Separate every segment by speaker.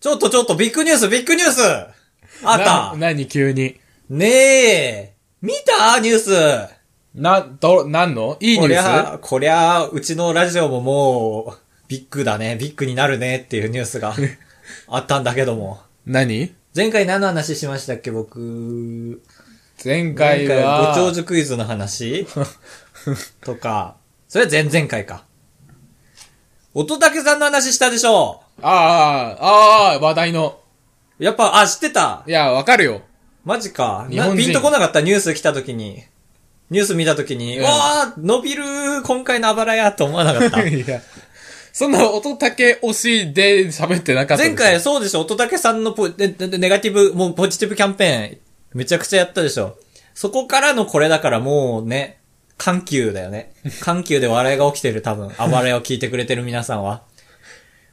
Speaker 1: ちょっとちょっと、ビッグニュース、ビッグニュースあった
Speaker 2: な何急に。
Speaker 1: ねえ見たニュース
Speaker 2: な、ど、なんのいいニ
Speaker 1: こ
Speaker 2: ュ
Speaker 1: り
Speaker 2: ー
Speaker 1: ゃ、こりゃ、うちのラジオももう、ビッグだね、ビッグになるねっていうニュース があったんだけども。
Speaker 2: ス何
Speaker 1: 前回何の話しましたっけ、僕。
Speaker 2: 前回
Speaker 1: ご
Speaker 2: は、
Speaker 1: 長寿クイズの話とか、それは前々回か。乙武さんの話したでしょ
Speaker 2: ああ、ああ、話題の。
Speaker 1: やっぱ、あ、知ってた
Speaker 2: いや、わかるよ。
Speaker 1: マジか。
Speaker 2: 日本
Speaker 1: な
Speaker 2: 人
Speaker 1: ピンとこなかったニュース来た時に。ニュース見た時に、
Speaker 2: う
Speaker 1: うんわー伸びる今回のあばらやと思わ なかった。
Speaker 2: いや、そんな音だけ推しで喋ってなかったでし
Speaker 1: 前
Speaker 2: ょ。
Speaker 1: 回そうでしょ乙武さんのポネネネガティブ、もうポジティブキャンペーン、めちゃくちゃやったでしょそこからのこれだからもうね、緩急だよ ね。緩急で笑いが起きてる多分、あばれを聞いてくれてる皆さんは。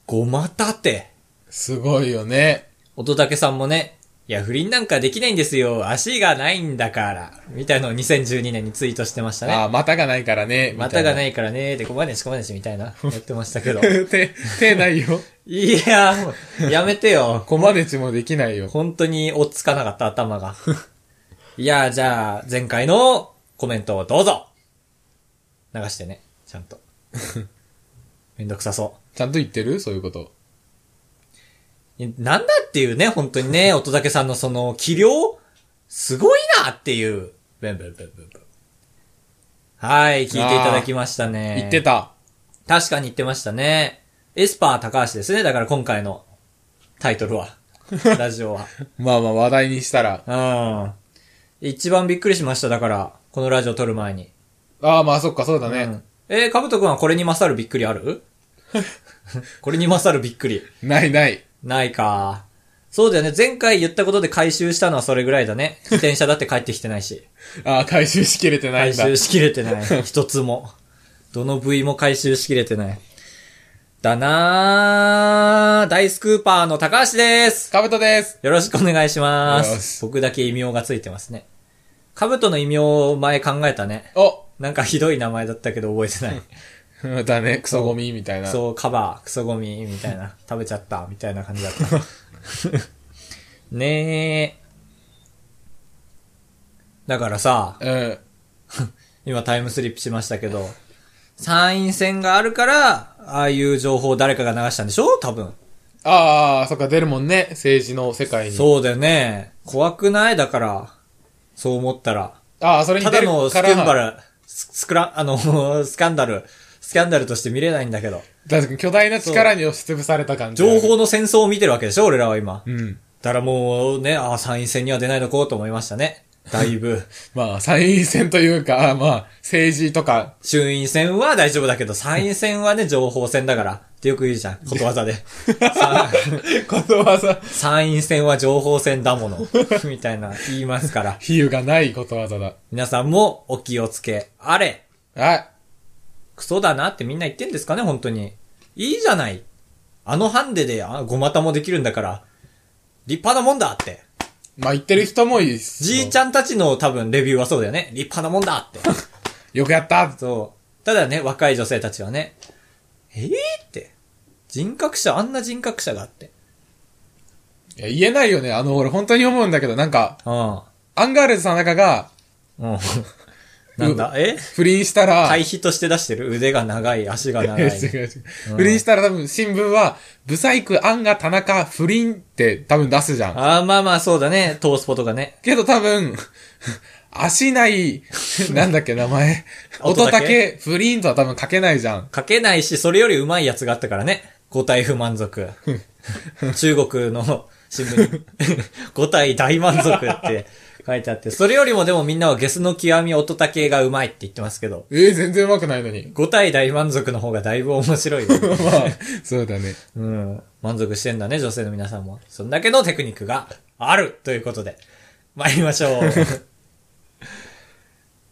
Speaker 1: ごまたて。
Speaker 2: すごいよね。
Speaker 1: 乙武さんもね、いや、不倫なんかできないんですよ。足がないんだから。みたいのを2012年にツイートしてましたね。
Speaker 2: ああ、股がないからね。
Speaker 1: 股がないいからね、で、こまねしこまねしみ たいな、やってましたけど
Speaker 2: な。。 手、手ないよ。
Speaker 1: いや、もうやめてよ。
Speaker 2: コマネチもできないよ。
Speaker 1: 本当に追っつかなかった頭が。いや、じゃあ、前回のコメントをどうぞ流してね、ちゃんと。 めんどくさそ
Speaker 2: ちゃんと言ってるそういうこと。
Speaker 1: う。いなんだっていうね、本当に ね、乙武さんのその、器量すごいなっていう。ブンブンブンブンブンはい、聞いていただきましたね。
Speaker 2: 言ってた。
Speaker 1: 確かに言ってましたね。エスパー高橋ですね。だから今回のタイトル は。ラジオ
Speaker 2: まあまあ話題にしたら。
Speaker 1: は。うん。一番びっくりしました。だから、このラジオ撮る前に。
Speaker 2: ああ、まあそっか、そうだね。
Speaker 1: うんえー、かぶとくんはこれに勝るびっくりあ るこれに勝るびっくり。
Speaker 2: ないない。
Speaker 1: ないか。そうだよね。前回言ったことで回収したのはそれぐらいだね。自転車だって帰ってきてないし。
Speaker 2: ああ、回収しきれてない
Speaker 1: 回
Speaker 2: んだ。
Speaker 1: 収しきれてない。一つも。どの部位も回収しきれてない。だなー大スクーパーの高橋です
Speaker 2: かぶとです。
Speaker 1: よろしくお願いしま
Speaker 2: よ
Speaker 1: す。
Speaker 2: し
Speaker 1: 僕だけ異名がついてますね。カブトの異名を前考えたね。
Speaker 2: お
Speaker 1: なんかひどい名前だったけど覚えてない。
Speaker 2: だね、クソゴミみたいな。
Speaker 1: そう、カバー、クソゴミ、みたいな。食べちゃった、みたいな感じだった。ねえ。だからさ、
Speaker 2: うん。
Speaker 1: 今タイムスリップしましたけど、参院選があるから、ああいう情報を誰かが流したんでしょ多分。
Speaker 2: ああ、そっか、出るもんね。政治の世界に。
Speaker 1: そうだよね。怖くないだから、そう思ったら。
Speaker 2: ああ、それに
Speaker 1: た
Speaker 2: 出
Speaker 1: だ
Speaker 2: る
Speaker 1: のスキ
Speaker 2: か
Speaker 1: ャンダ
Speaker 2: ら。
Speaker 1: ル、ススクラ、あの、 スキャンダル、スキャンダルとして見れないんだけど。
Speaker 2: 確かに巨大な力に押しつぶされた感じ。
Speaker 1: 情。報の戦争を見てるわけでしょ俺らは今。
Speaker 2: うん。
Speaker 1: だからもうね、ああ、参院選には出ないのこうと思いましたね。だい ぶ。
Speaker 2: まあ、参院選というか、まあ、政治 とか、
Speaker 1: 衆院選は大丈夫だけど、参院選はね、情報戦だから。ってよく言うじゃん。ことわざ で。さ
Speaker 2: ことわざ、
Speaker 1: 参院選は情報戦だもの。 みたいな言いますから。
Speaker 2: 比喩がないことわざだ。
Speaker 1: 皆さんもお気をつけ。あれ、
Speaker 2: あ、
Speaker 1: クソだなってみんな言ってんですかね、本当に。いいじゃない。あのハンデで、あ、ごまたもできるんだから、立派なもんだって。
Speaker 2: まあ、言ってる人もいいっす。
Speaker 1: じいちゃんたちの多分レビューはそうだよね。立派なもんだって。
Speaker 2: よくやった
Speaker 1: そう。ただね、若い女性たちはね、えぇ、って。人格者、あんな人格者があって。
Speaker 2: いや、言えないよね。あの、俺本当に思うんだけど、なんか、
Speaker 1: う
Speaker 2: アンガールズ田中が
Speaker 1: ん。うん。なんだ、え
Speaker 2: 不倫したら、
Speaker 1: 対比として出してる腕が長い、足が長
Speaker 2: 違う
Speaker 1: い。
Speaker 2: 違う違う不倫したら多分新聞は、ブサイクアンガ田中不倫って多分出すじゃん。
Speaker 1: ああ、まあまあ、そうだね。トースポとかね。
Speaker 2: けど多分、 足ない、なんだっけ名前。
Speaker 1: 音
Speaker 2: 音
Speaker 1: だ
Speaker 2: だ
Speaker 1: け
Speaker 2: け、不倫とは多分書けないじゃん。
Speaker 1: 書けないし、それより上手いやつがあったからね。五体不満足。中国の新聞に、 五体大満足って書いてあって、それよりもでもみんなはゲスの極み音竹が上手いって言ってますけど、
Speaker 2: えー、全然上手くないのに。
Speaker 1: 五体大満足の方がだいぶ面白いよ、
Speaker 2: まあ、そうだね。
Speaker 1: うん。満足してんだね、女性の皆さんも。そんだけのテクニックがあるということで、参りましょう。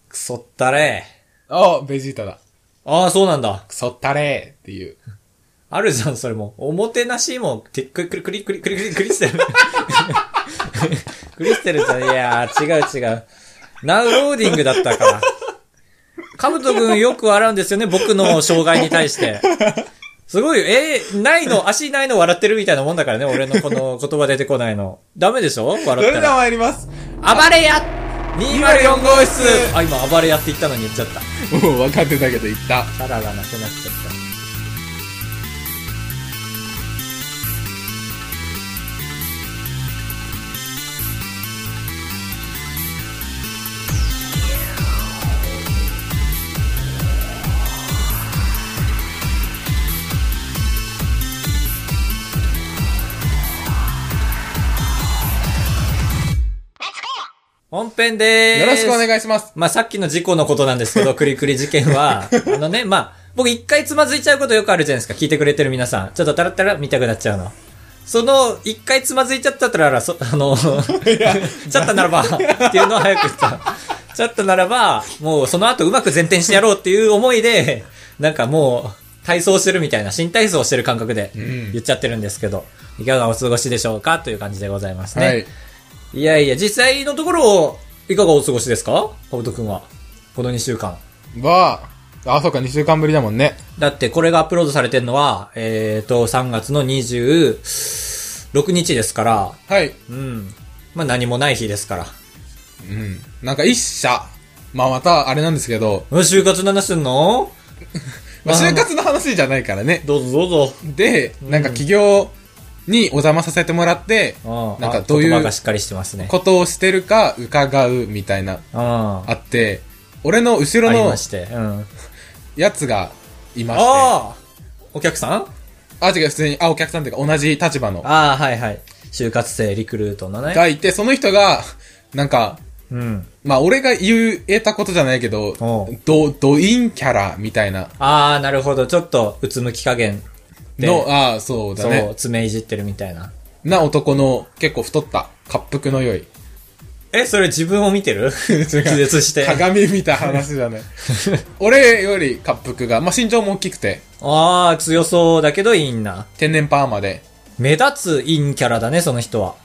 Speaker 1: くそったれ。
Speaker 2: あ、ベジータだ。
Speaker 1: ああ、そうなんだ。
Speaker 2: クソったれーっていう。
Speaker 1: あるじゃん、それも。おもてなしも、てくりくりくりくりくりくりクリス テル。クリステルじゃん。いやー、違う違う。ナウローディングだったから。カブト君よく笑うんですよね、僕の障害に対して。すごいよ。えーないの、足ないの笑ってるみたいなもんだからね、俺のこの 言葉出てこないの。ダメでしょ笑
Speaker 2: そ
Speaker 1: っ
Speaker 2: れ
Speaker 1: た
Speaker 2: では
Speaker 1: ら。
Speaker 2: 参ります。
Speaker 1: 暴れ屋 !204 号室
Speaker 2: 204
Speaker 1: あ、今暴れ屋って言ったのに言っちゃった。
Speaker 2: もう分かってたけど言った。
Speaker 1: キャラがなくなっちゃった。本編でーす。
Speaker 2: よろしくお願いします。
Speaker 1: まあ、さっきの事故のことなんです けど、クリクリ事件は、あのね、まあ、僕一回つまずいちゃうことよくあるじゃないですか。聞いてくれてる皆さん。ちょっとタラッタラ見たくなっちゃうの。その、一回つまずいちゃったら、そ、あの、ちゃったならば、っていうのは早く言った。ちゃったならば、もうその後うまく前転してやろうっていう思いで、なんかもう、体操してるみたいな、新体操してる感覚で
Speaker 2: ん
Speaker 1: 言っちゃってるんですけど、いかがお過ごしでしょうかという感じでございますね。
Speaker 2: はい。
Speaker 1: いやいや、実際のところ、いかがお過ごしですかカブトくんは。この2週間。
Speaker 2: は、あ、そうか、2週間ぶりだもんね。
Speaker 1: だって、これがアップロードされてるのは、えーと、3月の26日ですから、
Speaker 2: はい。
Speaker 1: うん。まあ、何もない日ですから。
Speaker 2: うん。なんか一社。まあまた、あれなんですけど、
Speaker 1: うん就活の話すんの
Speaker 2: まあ、
Speaker 1: あー
Speaker 2: 就活の話じゃないからね。
Speaker 1: どうぞどうぞ。
Speaker 2: で、なんか企業にお邪魔させてもらって、
Speaker 1: うん。
Speaker 2: なんか
Speaker 1: あ
Speaker 2: どうい
Speaker 1: 言葉
Speaker 2: う
Speaker 1: がしっかりしてますね。
Speaker 2: ことをしてるか伺うみたい
Speaker 1: う
Speaker 2: な、
Speaker 1: ん。あ
Speaker 2: あって、俺の後ろ
Speaker 1: り
Speaker 2: の
Speaker 1: まして。うん。
Speaker 2: やつがいまして、
Speaker 1: ああお客さん
Speaker 2: あ、違う、普通に、あ、お客さんっていうか同じ立場の
Speaker 1: ああ、はいはい。就活生、リクルートのね。
Speaker 2: がいて、その人が、なんか、
Speaker 1: うん。
Speaker 2: まあ俺が言えたことじゃないけど
Speaker 1: おう、
Speaker 2: ド、ドインキャラみたいな
Speaker 1: ああ、なるほど。ちょっと、うつむき加減で。
Speaker 2: の、ああ、そうだ
Speaker 1: そう、
Speaker 2: ね。
Speaker 1: 爪いじってるみたいな。
Speaker 2: な男の結構太った、滑腹の良い。
Speaker 1: え、それ自分を見て る気絶して。
Speaker 2: 鏡見た話じゃ ない。俺より滑腹が、まあ身長も大きくて、
Speaker 1: あー、強そうだけどいいんな。
Speaker 2: 天然パーマで。
Speaker 1: 目立つ陰キャラだね、その人は。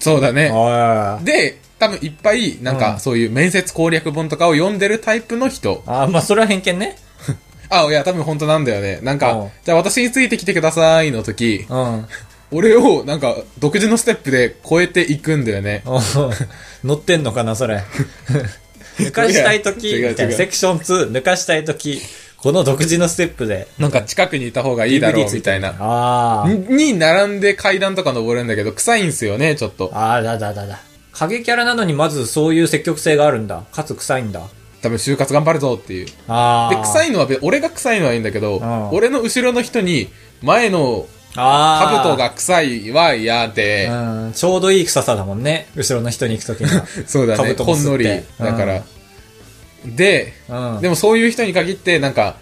Speaker 2: そうだね。
Speaker 1: あー。
Speaker 2: で、多分いっぱい、なん
Speaker 1: うん
Speaker 2: かそういう面接攻略本とかを読んでるタイプの人。
Speaker 1: あー、まあ、それは偏見ね。
Speaker 2: あ、いや、多分本当なんだよね。なん
Speaker 1: うん
Speaker 2: か、じゃあ私についてきてくださいの時、
Speaker 1: うん。
Speaker 2: 俺をなんか独自のステップで超えていくんだよね。
Speaker 1: おー乗ってんのかな、それ。 抜かしたいとき、
Speaker 2: 違う違う
Speaker 1: みたいなセクション2、抜かしたいとき、この独自のステップで。
Speaker 2: なんか近くにいた方がいいだろうみたいな。
Speaker 1: あー。
Speaker 2: に、並んで階段とか登るんだけど、臭いんすよね、ちょっと。
Speaker 1: あー、だだだだ。影キャラなのにまずそういう積極性があるんだ。かつ臭いんだ。
Speaker 2: 多分就活頑張るぞっていう。
Speaker 1: あー。
Speaker 2: で、臭いのは別、俺が臭いのはいいんだけど
Speaker 1: ん、
Speaker 2: 俺の後ろの人に、前の
Speaker 1: あー。
Speaker 2: 兜が臭いは嫌で、
Speaker 1: うん、ちょうどいい臭さだもんね。後ろの人に行くときには。
Speaker 2: そうだね。
Speaker 1: 兜も
Speaker 2: ほん
Speaker 1: 吸
Speaker 2: の
Speaker 1: っ
Speaker 2: り。
Speaker 1: て
Speaker 2: だから。で、
Speaker 1: うん
Speaker 2: でもそういう人に限って、なんか、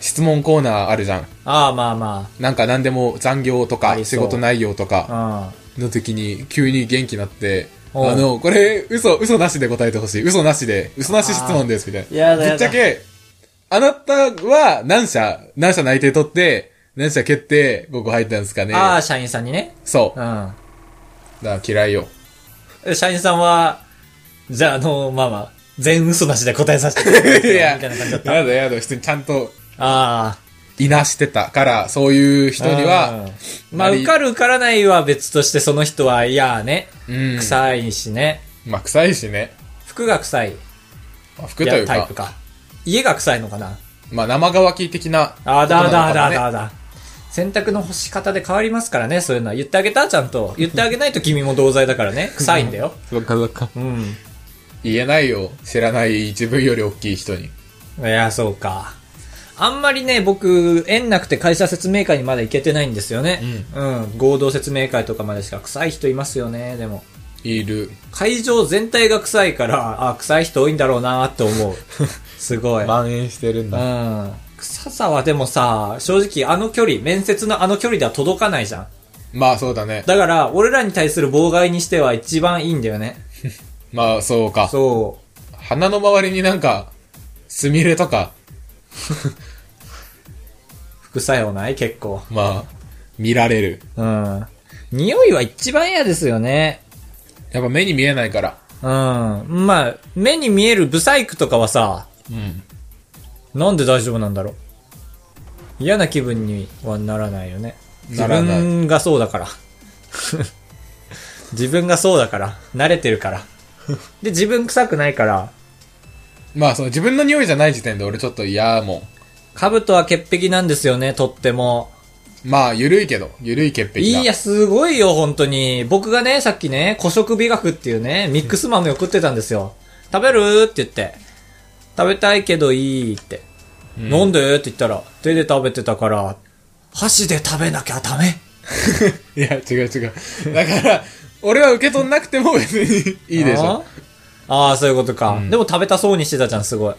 Speaker 2: 質問コーナーあるじゃん。
Speaker 1: ああ、まあま
Speaker 2: なんか何でも残業と
Speaker 1: あ
Speaker 2: か、
Speaker 1: りそ
Speaker 2: 仕
Speaker 1: う
Speaker 2: 事内容とか
Speaker 1: あ。
Speaker 2: の時に、急に元気になって、
Speaker 1: おう
Speaker 2: あの、これ、嘘、嘘なしで答えてほしい。嘘なしで、嘘なし質問です、みたいな。
Speaker 1: やだ
Speaker 2: ぶっちゃけ、あなたは何社、何社内定取って、何社決定、ここ入ったんですか
Speaker 1: う
Speaker 2: ね
Speaker 1: ん。。ああ、社員さんにね。
Speaker 2: そうう。
Speaker 1: ん。
Speaker 2: だから嫌いよ。
Speaker 1: 社員さんは、じゃあ、あの、まあまあ、全嘘なしで答えさせてください。
Speaker 2: いや、
Speaker 1: みたいな感じだ
Speaker 2: や
Speaker 1: った。あ
Speaker 2: だやだ、普通にちゃんと
Speaker 1: あ。
Speaker 2: いなしてたから、そういう人には、
Speaker 1: うん、まあ、
Speaker 2: なり
Speaker 1: 受かる受からないは別として、その人は、いやーね。
Speaker 2: うん。
Speaker 1: 臭いしね。
Speaker 2: まあ、臭いしね。
Speaker 1: 服が臭い。
Speaker 2: まあ服とい
Speaker 1: や
Speaker 2: う
Speaker 1: タ
Speaker 2: か
Speaker 1: イプ、か。家が臭いのかな。
Speaker 2: まあ、生乾き的な。
Speaker 1: あーだーだーだー
Speaker 2: だ。
Speaker 1: だーだ。洗濯の干し方で変わりますからね、そういうのは。言ってあげたちゃんと。言ってあげないと君も同罪だから ね。臭いんだよ。
Speaker 2: そっかそっか。
Speaker 1: うん。
Speaker 2: 言えないよ。知らない自分より大きい人に。
Speaker 1: いや、そうか。あんまりね、僕、縁なくて会社説明会にまだ行けてないんですよね。うん。合同説明会とかまでしか臭い人いますよね、でも。
Speaker 2: いる。
Speaker 1: 会場全体が臭いから、あ、臭い人多いんだろうなって思う。 すごい。
Speaker 2: 蔓延してるんだ。
Speaker 1: うん。臭さはでもさ、正直あの距離、面接のあの距離では届かないじゃん。
Speaker 2: まあ、そうだね。
Speaker 1: だから、俺らに対する妨害にしては一番いいんだよね。
Speaker 2: まあ、そうか。
Speaker 1: そ
Speaker 2: 鼻の周りになんか、スミレとか、
Speaker 1: う。副作用ない結構。
Speaker 2: まあ、見られる。
Speaker 1: うん。匂いは一番嫌ですよね。
Speaker 2: やっぱ目に見えないから。
Speaker 1: うん。まあ、目に見えるブサイクとかはさ、
Speaker 2: うん。
Speaker 1: なんで大丈夫なんだろう。嫌な気分にはならないよね。自
Speaker 2: ならない
Speaker 1: 分がそうだから。 自分がそうだから。慣れてる から。で、自分臭くないから、
Speaker 2: まあ、その自分の匂いじゃない時点で俺ちょっと嫌も
Speaker 1: 兜は潔癖なんですよね、とっても。
Speaker 2: ん。まあ、ゆるいけど、ゆるい潔癖だ。
Speaker 1: いや、すごいよ、本当に。僕がね、さっきね、古食美学っていうね、ミックス豆を食ってたんですよ。食べるって言って。食べたいけどいいって。
Speaker 2: うん
Speaker 1: なんでって言ったら、手で食べてたから、箸で食べなきゃダメ。
Speaker 2: いや、違う違う。だから、俺は受け取んなくても別にいいでしょ。
Speaker 1: あーあー、そういうことか、
Speaker 2: ん
Speaker 1: でも食べたそうにしてたじゃん、すごい。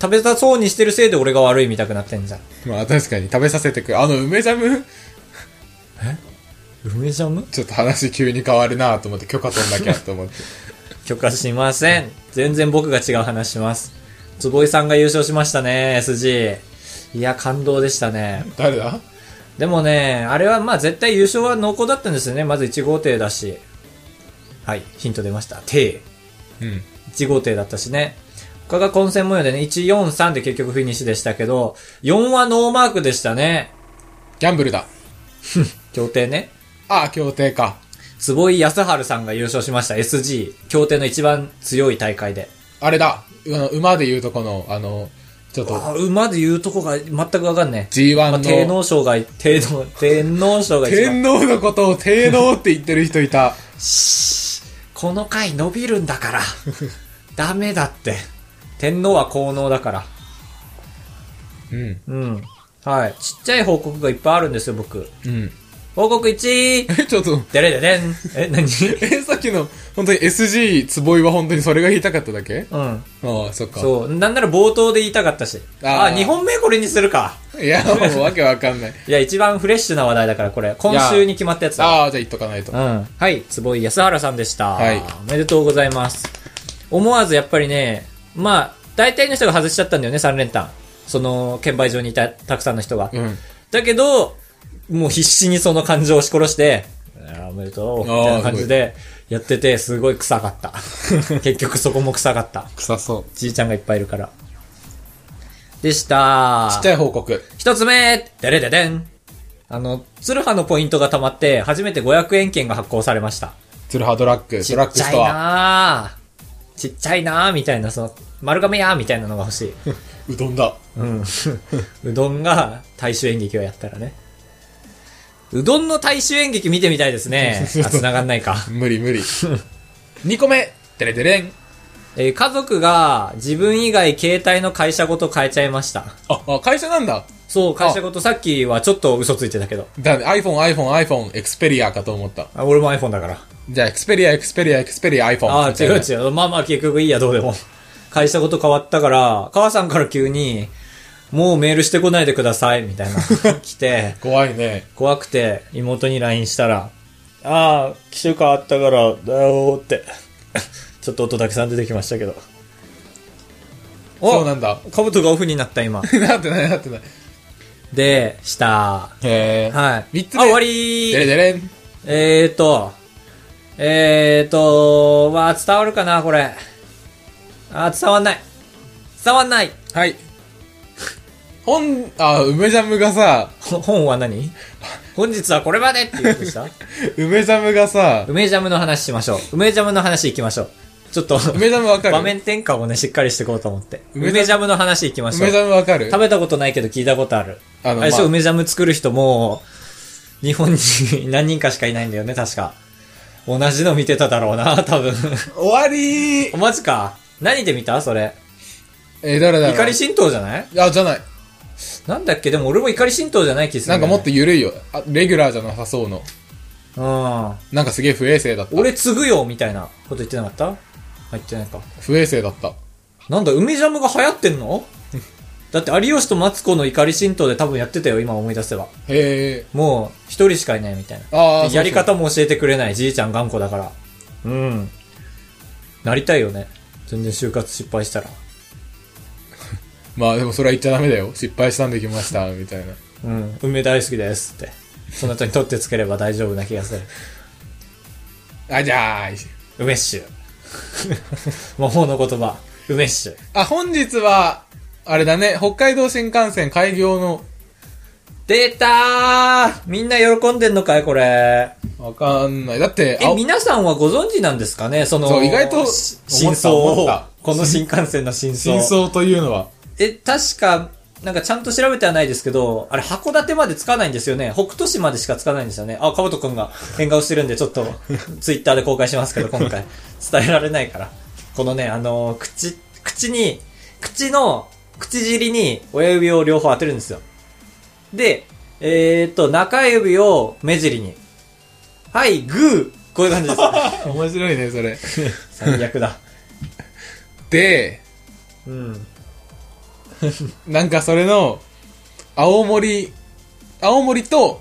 Speaker 1: 食べたそうにしてるせいで俺が悪いみたくなってんじゃん。
Speaker 2: まあ、確かに食べさせてく。あの、梅ジャム、
Speaker 1: 梅ジャム
Speaker 2: ちょっと話急に変わるなと思って許可取んなきゃと思って。
Speaker 1: 許可しません。全然僕が違う話します。坪井さんが優勝しましたね、SG。いや、感動でしたね。
Speaker 2: 誰だ
Speaker 1: でもね、あれはまあ絶対優勝は濃厚だったんですよね。まず1号艇だし。はい、ヒント出ました。艇。
Speaker 2: うん。
Speaker 1: 1号艇だったしね。他が混戦模様でね、143で結局フィニッシュでしたけど、4はノーマークでしたね。
Speaker 2: ギャンブルだ。
Speaker 1: 協定ね。
Speaker 2: ああ、協定か。
Speaker 1: 坪井康春さんが優勝しました。SG。協定の一番強い大会で。
Speaker 2: あれだ。あの、馬で言うとこの、あの、ちょっと、
Speaker 1: あ、馬で言うとこが全くわかんねえ。
Speaker 2: G1
Speaker 1: まあ、
Speaker 2: の、
Speaker 1: 天皇賞が、天皇、天皇賞が一番。
Speaker 2: 天皇のことを天皇って言ってる人いた。
Speaker 1: しこの回伸びるんだから。 ダメだって。天皇は効能だから。
Speaker 2: うん。
Speaker 1: うん。はい。ちっちゃい報告がいっぱいあるんですよ、僕。
Speaker 2: うん。
Speaker 1: 報告 1!
Speaker 2: え、ちょっと、
Speaker 1: でれででんえ、何
Speaker 2: え、さっきの、本当に SG 坪井は本当にそれが言いたかっただけ
Speaker 1: うん。
Speaker 2: ああ、そっか。
Speaker 1: そう。なんなら冒頭で言いたかったし。あ
Speaker 2: あー
Speaker 1: あ、2本目これにするか。
Speaker 2: いや、もうわけわかんない。
Speaker 1: いや、一番フレッシュな話題だから、これ。今週に決まったやつだ。
Speaker 2: ああ、じゃあ言っとかないと
Speaker 1: う。ん。はい、坪井康原さんでした。
Speaker 2: はい
Speaker 1: おめでとうございます。思わずやっぱりね、まあ、大体の人が外しちゃったんだよね、3連単。その、券売場にいた、たくさんの人が。
Speaker 2: うん。
Speaker 1: だけど、もう必死にその感情を押し殺して、あーおめでとう、みたいな感じで、やってて、すごい臭かった。 結局そこも臭かった。
Speaker 2: 臭そう。
Speaker 1: じいちゃんがいっぱいいるから。でした。
Speaker 2: ちっちゃい報告。
Speaker 1: 一つ目でれででんあの、ツルハのポイントが溜まって、初めて500円券が発行されました。
Speaker 2: ツルハドラッグ、
Speaker 1: ち
Speaker 2: ドラッ
Speaker 1: っ
Speaker 2: グ
Speaker 1: ちゃ
Speaker 2: ス
Speaker 1: い
Speaker 2: トア。
Speaker 1: なぁ。ちっちゃいなぁ、みたいな、その、丸亀やーみたいなのが欲しい。
Speaker 2: うどんだ。
Speaker 1: うん。 うどんが大衆演劇をやったらね。うどんの大衆演劇見てみたいです ね。あ、繋がんないか。
Speaker 2: 無理 無理。2個目、てれてれん。
Speaker 1: えー家族が自分以外携帯の会社ごと変えちゃいました。
Speaker 2: あ、あ会社なんだ。
Speaker 1: そう、会社ごとさっきはちょっと嘘ついてたけど。
Speaker 2: だね、iPhone、iPhone、iPhone、Xperia かと思った。
Speaker 1: あ俺も iPhone だから。
Speaker 2: じゃあ、Xperia、Xperia、Xperia、iPhone。
Speaker 1: ああ、
Speaker 2: みたい
Speaker 1: 違
Speaker 2: な
Speaker 1: う違う。まあまあ結局いいや、どうでも。会社ごと変わったから、母さんから急に、もうメールしてこないでください、みたいな。来て、
Speaker 2: 怖いね。
Speaker 1: 怖くて、妹に LINE したら、ああ、機種変わったから、だよーって。 ちょっと音だけさん出てきましたけど。
Speaker 2: そうな
Speaker 1: お
Speaker 2: んだ。
Speaker 1: カブトがオフになった、今。
Speaker 2: なってない、なってない。
Speaker 1: で、した。
Speaker 2: へー。
Speaker 1: はい。
Speaker 2: 三つ目
Speaker 1: あ、終わり
Speaker 2: てれ
Speaker 1: ー
Speaker 2: てれん。
Speaker 1: えーと、えーと、わあ、伝わるかな、これ。あー、伝わんない。伝わんない。
Speaker 2: はい。本、あ、梅ジャムがさ、
Speaker 1: ほ本は何本日はこれまでっていうことでした
Speaker 2: 梅ジャムがさ、
Speaker 1: 梅ジャムの話しましょう。梅ジャムの話行きましょう。ちょっと、
Speaker 2: 梅ジャムわかる
Speaker 1: 場面転換をね、しっかりしていこうと思って。
Speaker 2: 梅ジャム
Speaker 1: 梅ジャムの話行きましょう
Speaker 2: 梅ジ。ャムわかる
Speaker 1: 食べたことないけど聞いたことある。あ
Speaker 2: あの
Speaker 1: れでしょ、
Speaker 2: まあ
Speaker 1: 梅ジャム作る人も、日本に何人かしかいないんだよね、確か。同じの見てただろうな、 多分。
Speaker 2: 終わりー
Speaker 1: おマジか。何で見たそれ。
Speaker 2: えー、誰だろう
Speaker 1: 怒り神道じゃない
Speaker 2: あ、じゃない。
Speaker 1: なんだっけでも俺も怒り神道じゃない気する
Speaker 2: なんん
Speaker 1: だ
Speaker 2: か
Speaker 1: よ
Speaker 2: も
Speaker 1: ね、
Speaker 2: っと緩いよ。あレギュラーじゃなさそうの。なんかすげえ不衛生だった。
Speaker 1: うん。俺継ぐよ、みたいなこと言ってなかったあ、言ってないか。
Speaker 2: 不衛生だった。
Speaker 1: なんだ、梅ジャムが流行ってんの だって、有吉とマツコの怒り神道で多分やってたよ、今思い出せば。
Speaker 2: へえ。
Speaker 1: もう、一人しかいないみたいな。
Speaker 2: ああ、
Speaker 1: でやり方も教えてくれない、じいちゃん頑固だから。うん。なりたいよね。全然就活失敗したら。
Speaker 2: まあでもそれは言っちゃダメだよ。失敗したんできました、みたいな。
Speaker 1: うん。梅大好きですって。その後に取ってつければ大丈夫な気がする。
Speaker 2: あ、じゃあ、
Speaker 1: 梅酒。 魔法の言葉。梅酒。
Speaker 2: あ、本日は、あれだね、北海道新幹線開業の
Speaker 1: 出たーみんな喜んでんのかいこれ。
Speaker 2: わかんない。だって、
Speaker 1: え、皆さんはご存知なんですかねその、
Speaker 2: そう意外と
Speaker 1: し真相
Speaker 2: 思
Speaker 1: を
Speaker 2: った。
Speaker 1: この新幹線の真相。
Speaker 2: 真相というのは、
Speaker 1: え、確か、なんかちゃんと調べてはないですけど、あれ函館までつかないんですよね。北斗市までしかつかないんですよね。あ、かぶとくんが変顔してるんで、ちょっと、ツイッターで公開しますけど、今回。伝えられないから。このね、あのー口、口に、口の、口尻に親指を両方当てるんですよ。で、えー、っと、中指を目尻に。はい、グーこういう感じです。
Speaker 2: 面白いね、それ。
Speaker 1: 最悪だ。
Speaker 2: で、
Speaker 1: うん。
Speaker 2: なんかそれの、青森、青森と、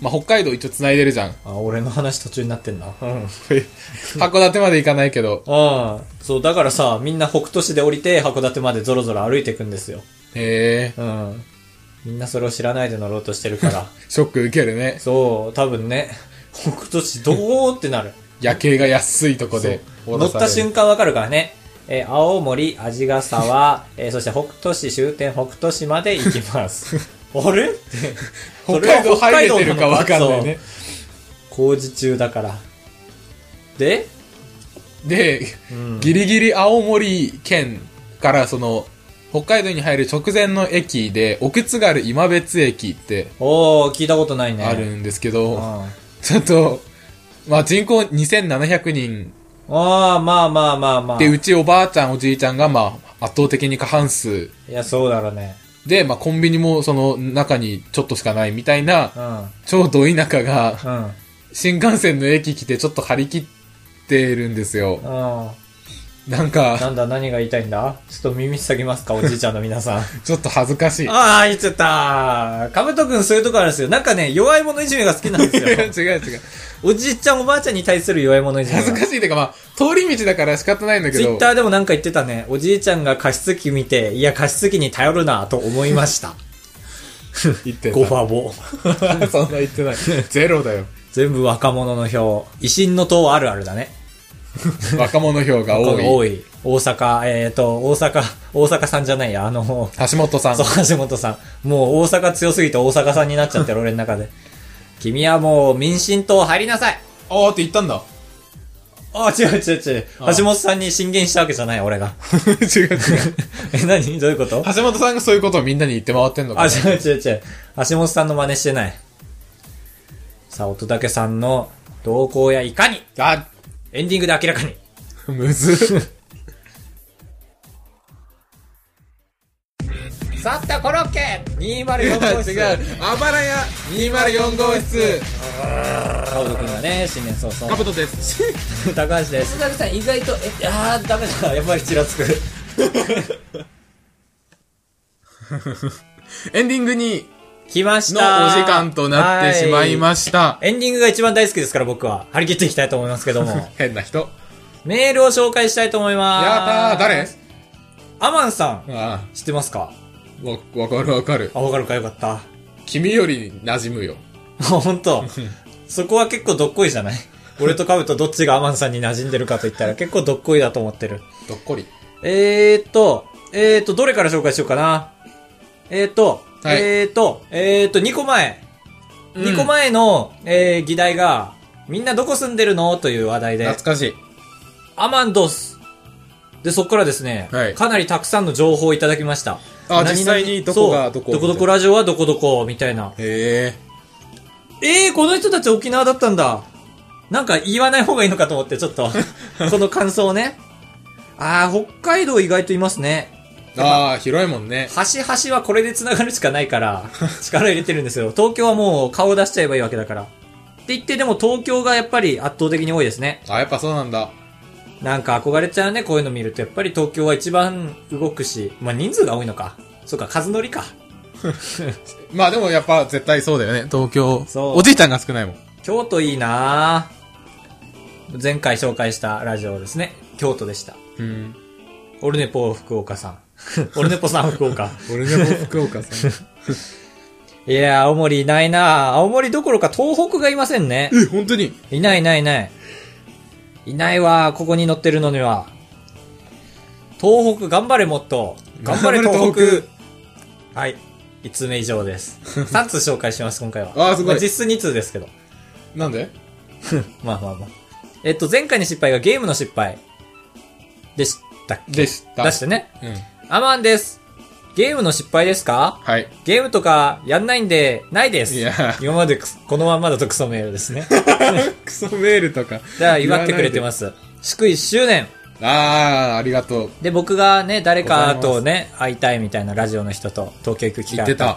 Speaker 2: まあ、北海道一応繋いでるじゃん。
Speaker 1: あ、俺の話途中になってんな。うん。
Speaker 2: 函館まで行かないけど。
Speaker 1: ああ、そう、だからさ、みんな北斗市で降りて函館までぞろぞろ歩いていくんですよ。
Speaker 2: へえ、
Speaker 1: うん。みんなそれを知らないで乗ろうとしてる から。
Speaker 2: ショック受けるね。
Speaker 1: そう、多分ね、北斗市どうってなる。
Speaker 2: 夜景が安いとこで
Speaker 1: そう乗った瞬間わかるからね。えー青森、味ヶ 沢、えーそして北斗市終点北斗市まで行き ます。あれって
Speaker 2: 北海道入れてるかわかんない。
Speaker 1: それは北海道の
Speaker 2: ね
Speaker 1: か。そう工事中だから。で、
Speaker 2: で、
Speaker 1: うん
Speaker 2: ギリギリ青森県からその、北海道に入る直前の駅で、奥津軽今別駅って
Speaker 1: おー、聞いたことないね。
Speaker 2: あるんですけど、
Speaker 1: うん
Speaker 2: ちょっと、まあ人口2700人
Speaker 1: ああ、まあまあまあまあ。
Speaker 2: で、うちおばあちゃんおじいちゃんがまあ圧倒的に過半数
Speaker 1: いや、そうだろうね。
Speaker 2: で、まあコンビニもその中にちょっとしかないみたいな、
Speaker 1: うん。うん。
Speaker 2: ちょうど田舎が
Speaker 1: うん。
Speaker 2: 新幹線の駅来てちょっと張り切ってるんですよ。なん
Speaker 1: な
Speaker 2: か、
Speaker 1: んだ、何が言いたいんだちょっと耳塞ぎますか、おじいちゃんの皆 さん。
Speaker 2: ちょっと恥ずかしい。
Speaker 1: ああ、言っちゃったー。かぶとくんそういうとこあるんですよ。なんかね、弱い者いじめが好きなんで
Speaker 2: 違
Speaker 1: す よ。
Speaker 2: う違う。
Speaker 1: おじいちゃん、おばあちゃんに対する弱い者いじめ
Speaker 2: 恥ず
Speaker 1: が。
Speaker 2: かしいっていうかまあ、通り道だから仕方ないんだけ
Speaker 1: ツイ
Speaker 2: ど
Speaker 1: ッ、ターでもなんか言ってたね。おじいちゃんが加湿器見て、いや、加湿器に頼るな、と思いました。
Speaker 2: 言って
Speaker 1: ご
Speaker 2: た。
Speaker 1: ファ ボ。
Speaker 2: そんな言ってない。ゼ ロだよ。
Speaker 1: 全部若者の票。維新の党あるあるだね。
Speaker 2: 若者票が多い。
Speaker 1: 多い。大阪、えっ、ー、と、大阪、大阪さんじゃないや、あの、
Speaker 2: 橋本さん
Speaker 1: そ。う、橋本さん。もう大阪強すぎて大阪さんになっち ゃってる、俺の中で。君はもう民進党入りなさい
Speaker 2: あーって言ったんだ。
Speaker 1: ああ、違う違う違う。
Speaker 2: ああ
Speaker 1: 橋本さんに進言したわけじゃない、俺が。
Speaker 2: 違う違う。
Speaker 1: え、何どういうこと
Speaker 2: 橋本さんがそういうことをみんなに言って回ってんのか
Speaker 1: あ、
Speaker 2: な。
Speaker 1: 違う違う違う。橋本さんの真似してない。さあ、乙武さんの動向やいかに
Speaker 2: あ、
Speaker 1: エンディングで明らかに
Speaker 2: むず。
Speaker 1: さったコロッケ !204 号室
Speaker 2: 違う。あばらや204号室。
Speaker 1: カオド君がね、新年早々。
Speaker 2: トです。
Speaker 1: 高橋です。鈴木さん意外と、え、あー、ダメだ。やっぱりちらつく。
Speaker 2: エンディングに
Speaker 1: 来まし
Speaker 2: のお
Speaker 1: た
Speaker 2: 時間となってしまいました。
Speaker 1: エンディングが一番大好きですから僕は。張り切っていきたいと思いますけど も。
Speaker 2: 変な人。やっ
Speaker 1: メールを紹介したいと思います。
Speaker 2: たー、誰
Speaker 1: アマンさん。
Speaker 2: あ
Speaker 1: 知ってますか
Speaker 2: あ、わ、わかるわかる。
Speaker 1: あ、わかるかよかった。 あ、
Speaker 2: 君より馴染むよ。
Speaker 1: ほん と。そこは結構どっこいじゃない俺とカブとどっちがアマンさんに馴染んでるかと言ったら結構どっこいだと思ってる。
Speaker 2: どっこり。
Speaker 1: えーっと、えーっと、どれから紹介しようかな。えーっと、
Speaker 2: はい
Speaker 1: えーっと、えーっと、2個前。
Speaker 2: うん
Speaker 1: 2個前の、えー議題が、みんなどこ住んでるのという話題で、
Speaker 2: 懐かしい。
Speaker 1: アマンドス。で、そこからですね、
Speaker 2: はい
Speaker 1: かなりたくさんの情報をいただきました。何
Speaker 2: あ
Speaker 1: 々
Speaker 2: 実際にどこが
Speaker 1: そう
Speaker 2: どこ
Speaker 1: どこどこラジオはどこどこ、みたいな。
Speaker 2: へえ。
Speaker 1: えー、この人たち沖縄だったんだ。なんか言わない方がいいのかと思って、ちょ っと、その感想をね。あー、北海道意外といますね。
Speaker 2: ああ、広いもんね。
Speaker 1: 端端はこれで繋がるしかないから、力入れてるんですよ。東京はもう顔出しちゃえばいいわけだから。って言って、でも東京がやっぱり圧倒的に多いですね。
Speaker 2: あやっぱそうなんだ。
Speaker 1: なんか憧れちゃうね、こういうの見ると。やっぱり東京は一番動くし、まあ人数が多いのか。そうか、数乗りか。
Speaker 2: まあでもやっぱ絶対そうだよね、東京。
Speaker 1: そう
Speaker 2: おじいちゃんが少ないもん。
Speaker 1: 京都いいなぁ前回紹介したラジオですね。京都でした。
Speaker 2: うん。
Speaker 1: オルネポ福岡さん。オルネポさん福岡。
Speaker 2: 俺でも福岡さん。
Speaker 1: いやー、青森いないなぁ青森どころか東北がいませんね。
Speaker 2: え、本当に
Speaker 1: いないいないいない。いないわ、ここに乗ってるのには。東北頑張れもっと。頑張れ
Speaker 2: 頑張れ
Speaker 1: 東北。はい。 1通目以上です。3通紹介します、今回は。
Speaker 2: あーすごい
Speaker 1: ま実質2通ですけど。
Speaker 2: なんで
Speaker 1: まあまあまあ。えっと、前回の失敗がゲームの失敗。でしたっけ
Speaker 2: でした。
Speaker 1: 出してね。
Speaker 2: うん。
Speaker 1: アマンです。ゲームの失敗ですか
Speaker 2: はい。
Speaker 1: ゲームとかやんないんで、ないです。
Speaker 2: いや
Speaker 1: 今までくすこのまんまだとクソメールですね。
Speaker 2: クソメールとか。
Speaker 1: じゃあ祝ってくれて ます。祝1周年。
Speaker 2: す。ああ、ありがとう。
Speaker 1: で、僕がね、誰かとね、会いたいみたいなラジオの人と東京行く機会
Speaker 2: 言
Speaker 1: あ
Speaker 2: っ
Speaker 1: って
Speaker 2: た。。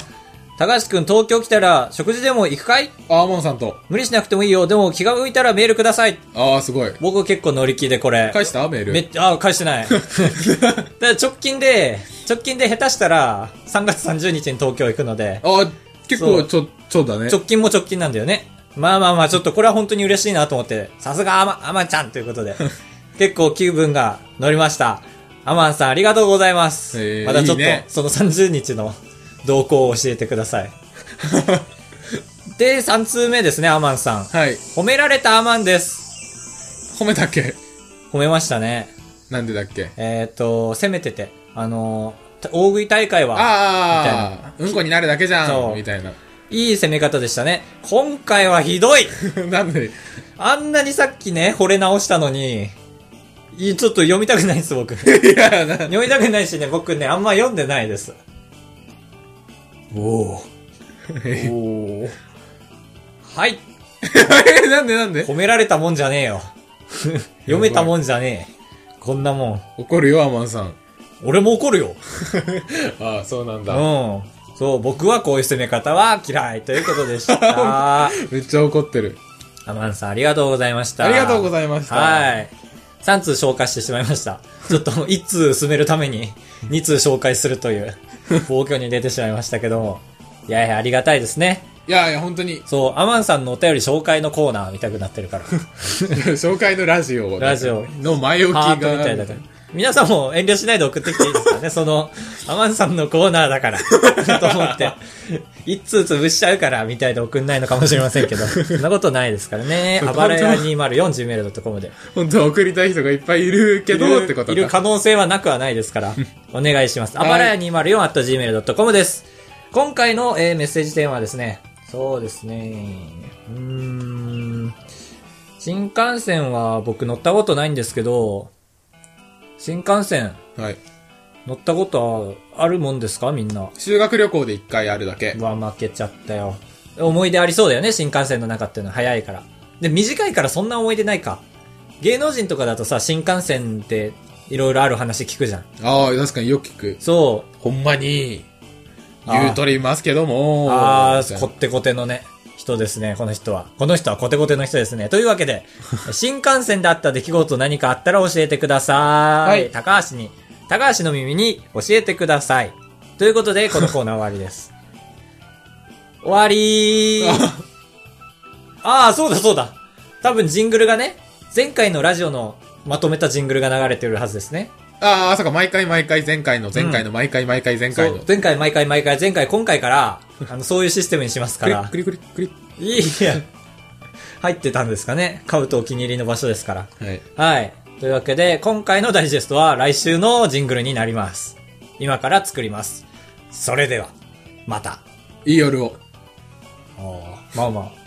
Speaker 1: 高橋くん東京来たら食事でも行くかい
Speaker 2: アーモンさんと。
Speaker 1: 無理しなくてもいいよ。でも気が向いたらメールください。
Speaker 2: ああ、すごい。
Speaker 1: 僕結構乗り気でこれ。
Speaker 2: 返したメール。
Speaker 1: めっちゃ、あ、返して ない。だから直近で、直近で下手したら3月30日に東京行くので、
Speaker 2: ああ、結
Speaker 1: そ
Speaker 2: 構
Speaker 1: う
Speaker 2: ちょ、ちょだね。
Speaker 1: 直近も直近なんだよね。まあまあまあ、ちょっとこれは本当に嬉しいなと思って、さすがアマ、アマンちゃんということで、 結構気分が乗りました。アマンさんありがとうございます。
Speaker 2: えー
Speaker 1: またちょっと、
Speaker 2: いいね
Speaker 1: その30日の動向を教えてくだ さい。で、3通目ですね、アマンさん。
Speaker 2: はい。
Speaker 1: 褒められたアマンです。
Speaker 2: 褒めたっけ
Speaker 1: 褒めましたね。
Speaker 2: なんでだっけ
Speaker 1: えっ、と、攻めてて、あのー、大食い大会は、
Speaker 2: ああ、うんこになるだけじゃ
Speaker 1: そ
Speaker 2: ん
Speaker 1: う
Speaker 2: みたいな。
Speaker 1: いい攻め方でしたね。今回はひ どい
Speaker 2: なんで、
Speaker 1: あんなにさっきね、惚れ直したのに、いちょっと読みたくないです、僕。 読
Speaker 2: いや、な、
Speaker 1: みたくないしね、僕ね、あんま読んでないです。おー。おー。はい。
Speaker 2: えなんでなんで
Speaker 1: 褒められたもんじゃねえよ。 読めたもんじゃねえ。こんなもん。
Speaker 2: 怒るよ、アマンさん。
Speaker 1: 俺も怒るよ。
Speaker 2: ああ、そうなん
Speaker 1: う
Speaker 2: だ。
Speaker 1: ん。そう、僕はこういう攻め方は嫌いということで した。
Speaker 2: めっちゃ怒ってる。
Speaker 1: アマンさん、ありがとうございました。
Speaker 2: ありがとうご
Speaker 1: い
Speaker 2: ざいました。
Speaker 1: はい。3通紹介してしまいました。ちょっと、1通 進めるために、2通紹介するという、暴挙に出てしまいましたけども。いやいや、ありがたいですね。
Speaker 2: いやいや、本当に、
Speaker 1: そう、アマンさんのお便り紹介のコーナー見たくなってるから。
Speaker 2: 紹介のラジオを
Speaker 1: ラジオ
Speaker 2: の前置き
Speaker 1: ハ
Speaker 2: が。
Speaker 1: ートみたいだから。皆さんも遠慮しないで送ってきていいですからね。その、アマンさんのコーナーだから、と思って、一通潰しちゃうから、みたいで送んないのかもしれませんけど、そんなことないですからね。
Speaker 2: そう
Speaker 1: 暴れ屋 204gmail.com で。
Speaker 2: 本当は送りたい人がいっぱいいるけどってことか。
Speaker 1: いる可能性はなくはないですから、お願いします。あ
Speaker 2: はい
Speaker 1: ばらや 204.gmail.com です。今回の、えーメッセージテーマはですね、そうですね、うーん、新幹線は僕乗ったことないんですけど、新幹線
Speaker 2: はい。
Speaker 1: 乗ったことあるもんですかみんな。
Speaker 2: 修学旅行で一回あるだけ
Speaker 1: う。わ、負けちゃったよ。思い出ありそうだよね、新幹線の中っていうのは早いから。で、短いからそんな思い出ないか。芸能人とかだとさ、新幹線っていろいろある話聞くじゃん。
Speaker 2: ああ、確かによく聞く。
Speaker 1: そう。
Speaker 2: ほんまに、言うとりますけども。
Speaker 1: あ
Speaker 2: みた
Speaker 1: ー、
Speaker 2: い
Speaker 1: こ
Speaker 2: な
Speaker 1: ってこてのね、人ですね、この人は。この人はこてこての人ですね。というわけで、 新幹線であった出来事何かあったら教えてください。
Speaker 2: はい
Speaker 1: 高橋に、高橋の耳に教えてください。ということで、このコーナー終わり です。終わりー。あー、そうだそうだ。多分ジングルがね、前回のラジオのまとめたジングルが流れてるはずですね。
Speaker 2: ああ、そうか、毎回毎回、前回の、前回の、毎回毎回、前
Speaker 1: そ
Speaker 2: 回
Speaker 1: う
Speaker 2: の。
Speaker 1: 前回、毎回、毎回、前回、今回から、あの、そういうシステムにします
Speaker 2: ク
Speaker 1: か
Speaker 2: リ
Speaker 1: ら
Speaker 2: ッ。クリックリックリッ
Speaker 1: いや、入ってたんですかね。カブトお気に入りの場所ですから。
Speaker 2: ク。はい。
Speaker 1: はい。というわけで、今回のダイジェストは来週のジングルになります。今から作ります。それでは、また。
Speaker 2: いい夜を。
Speaker 1: おーまあまあ、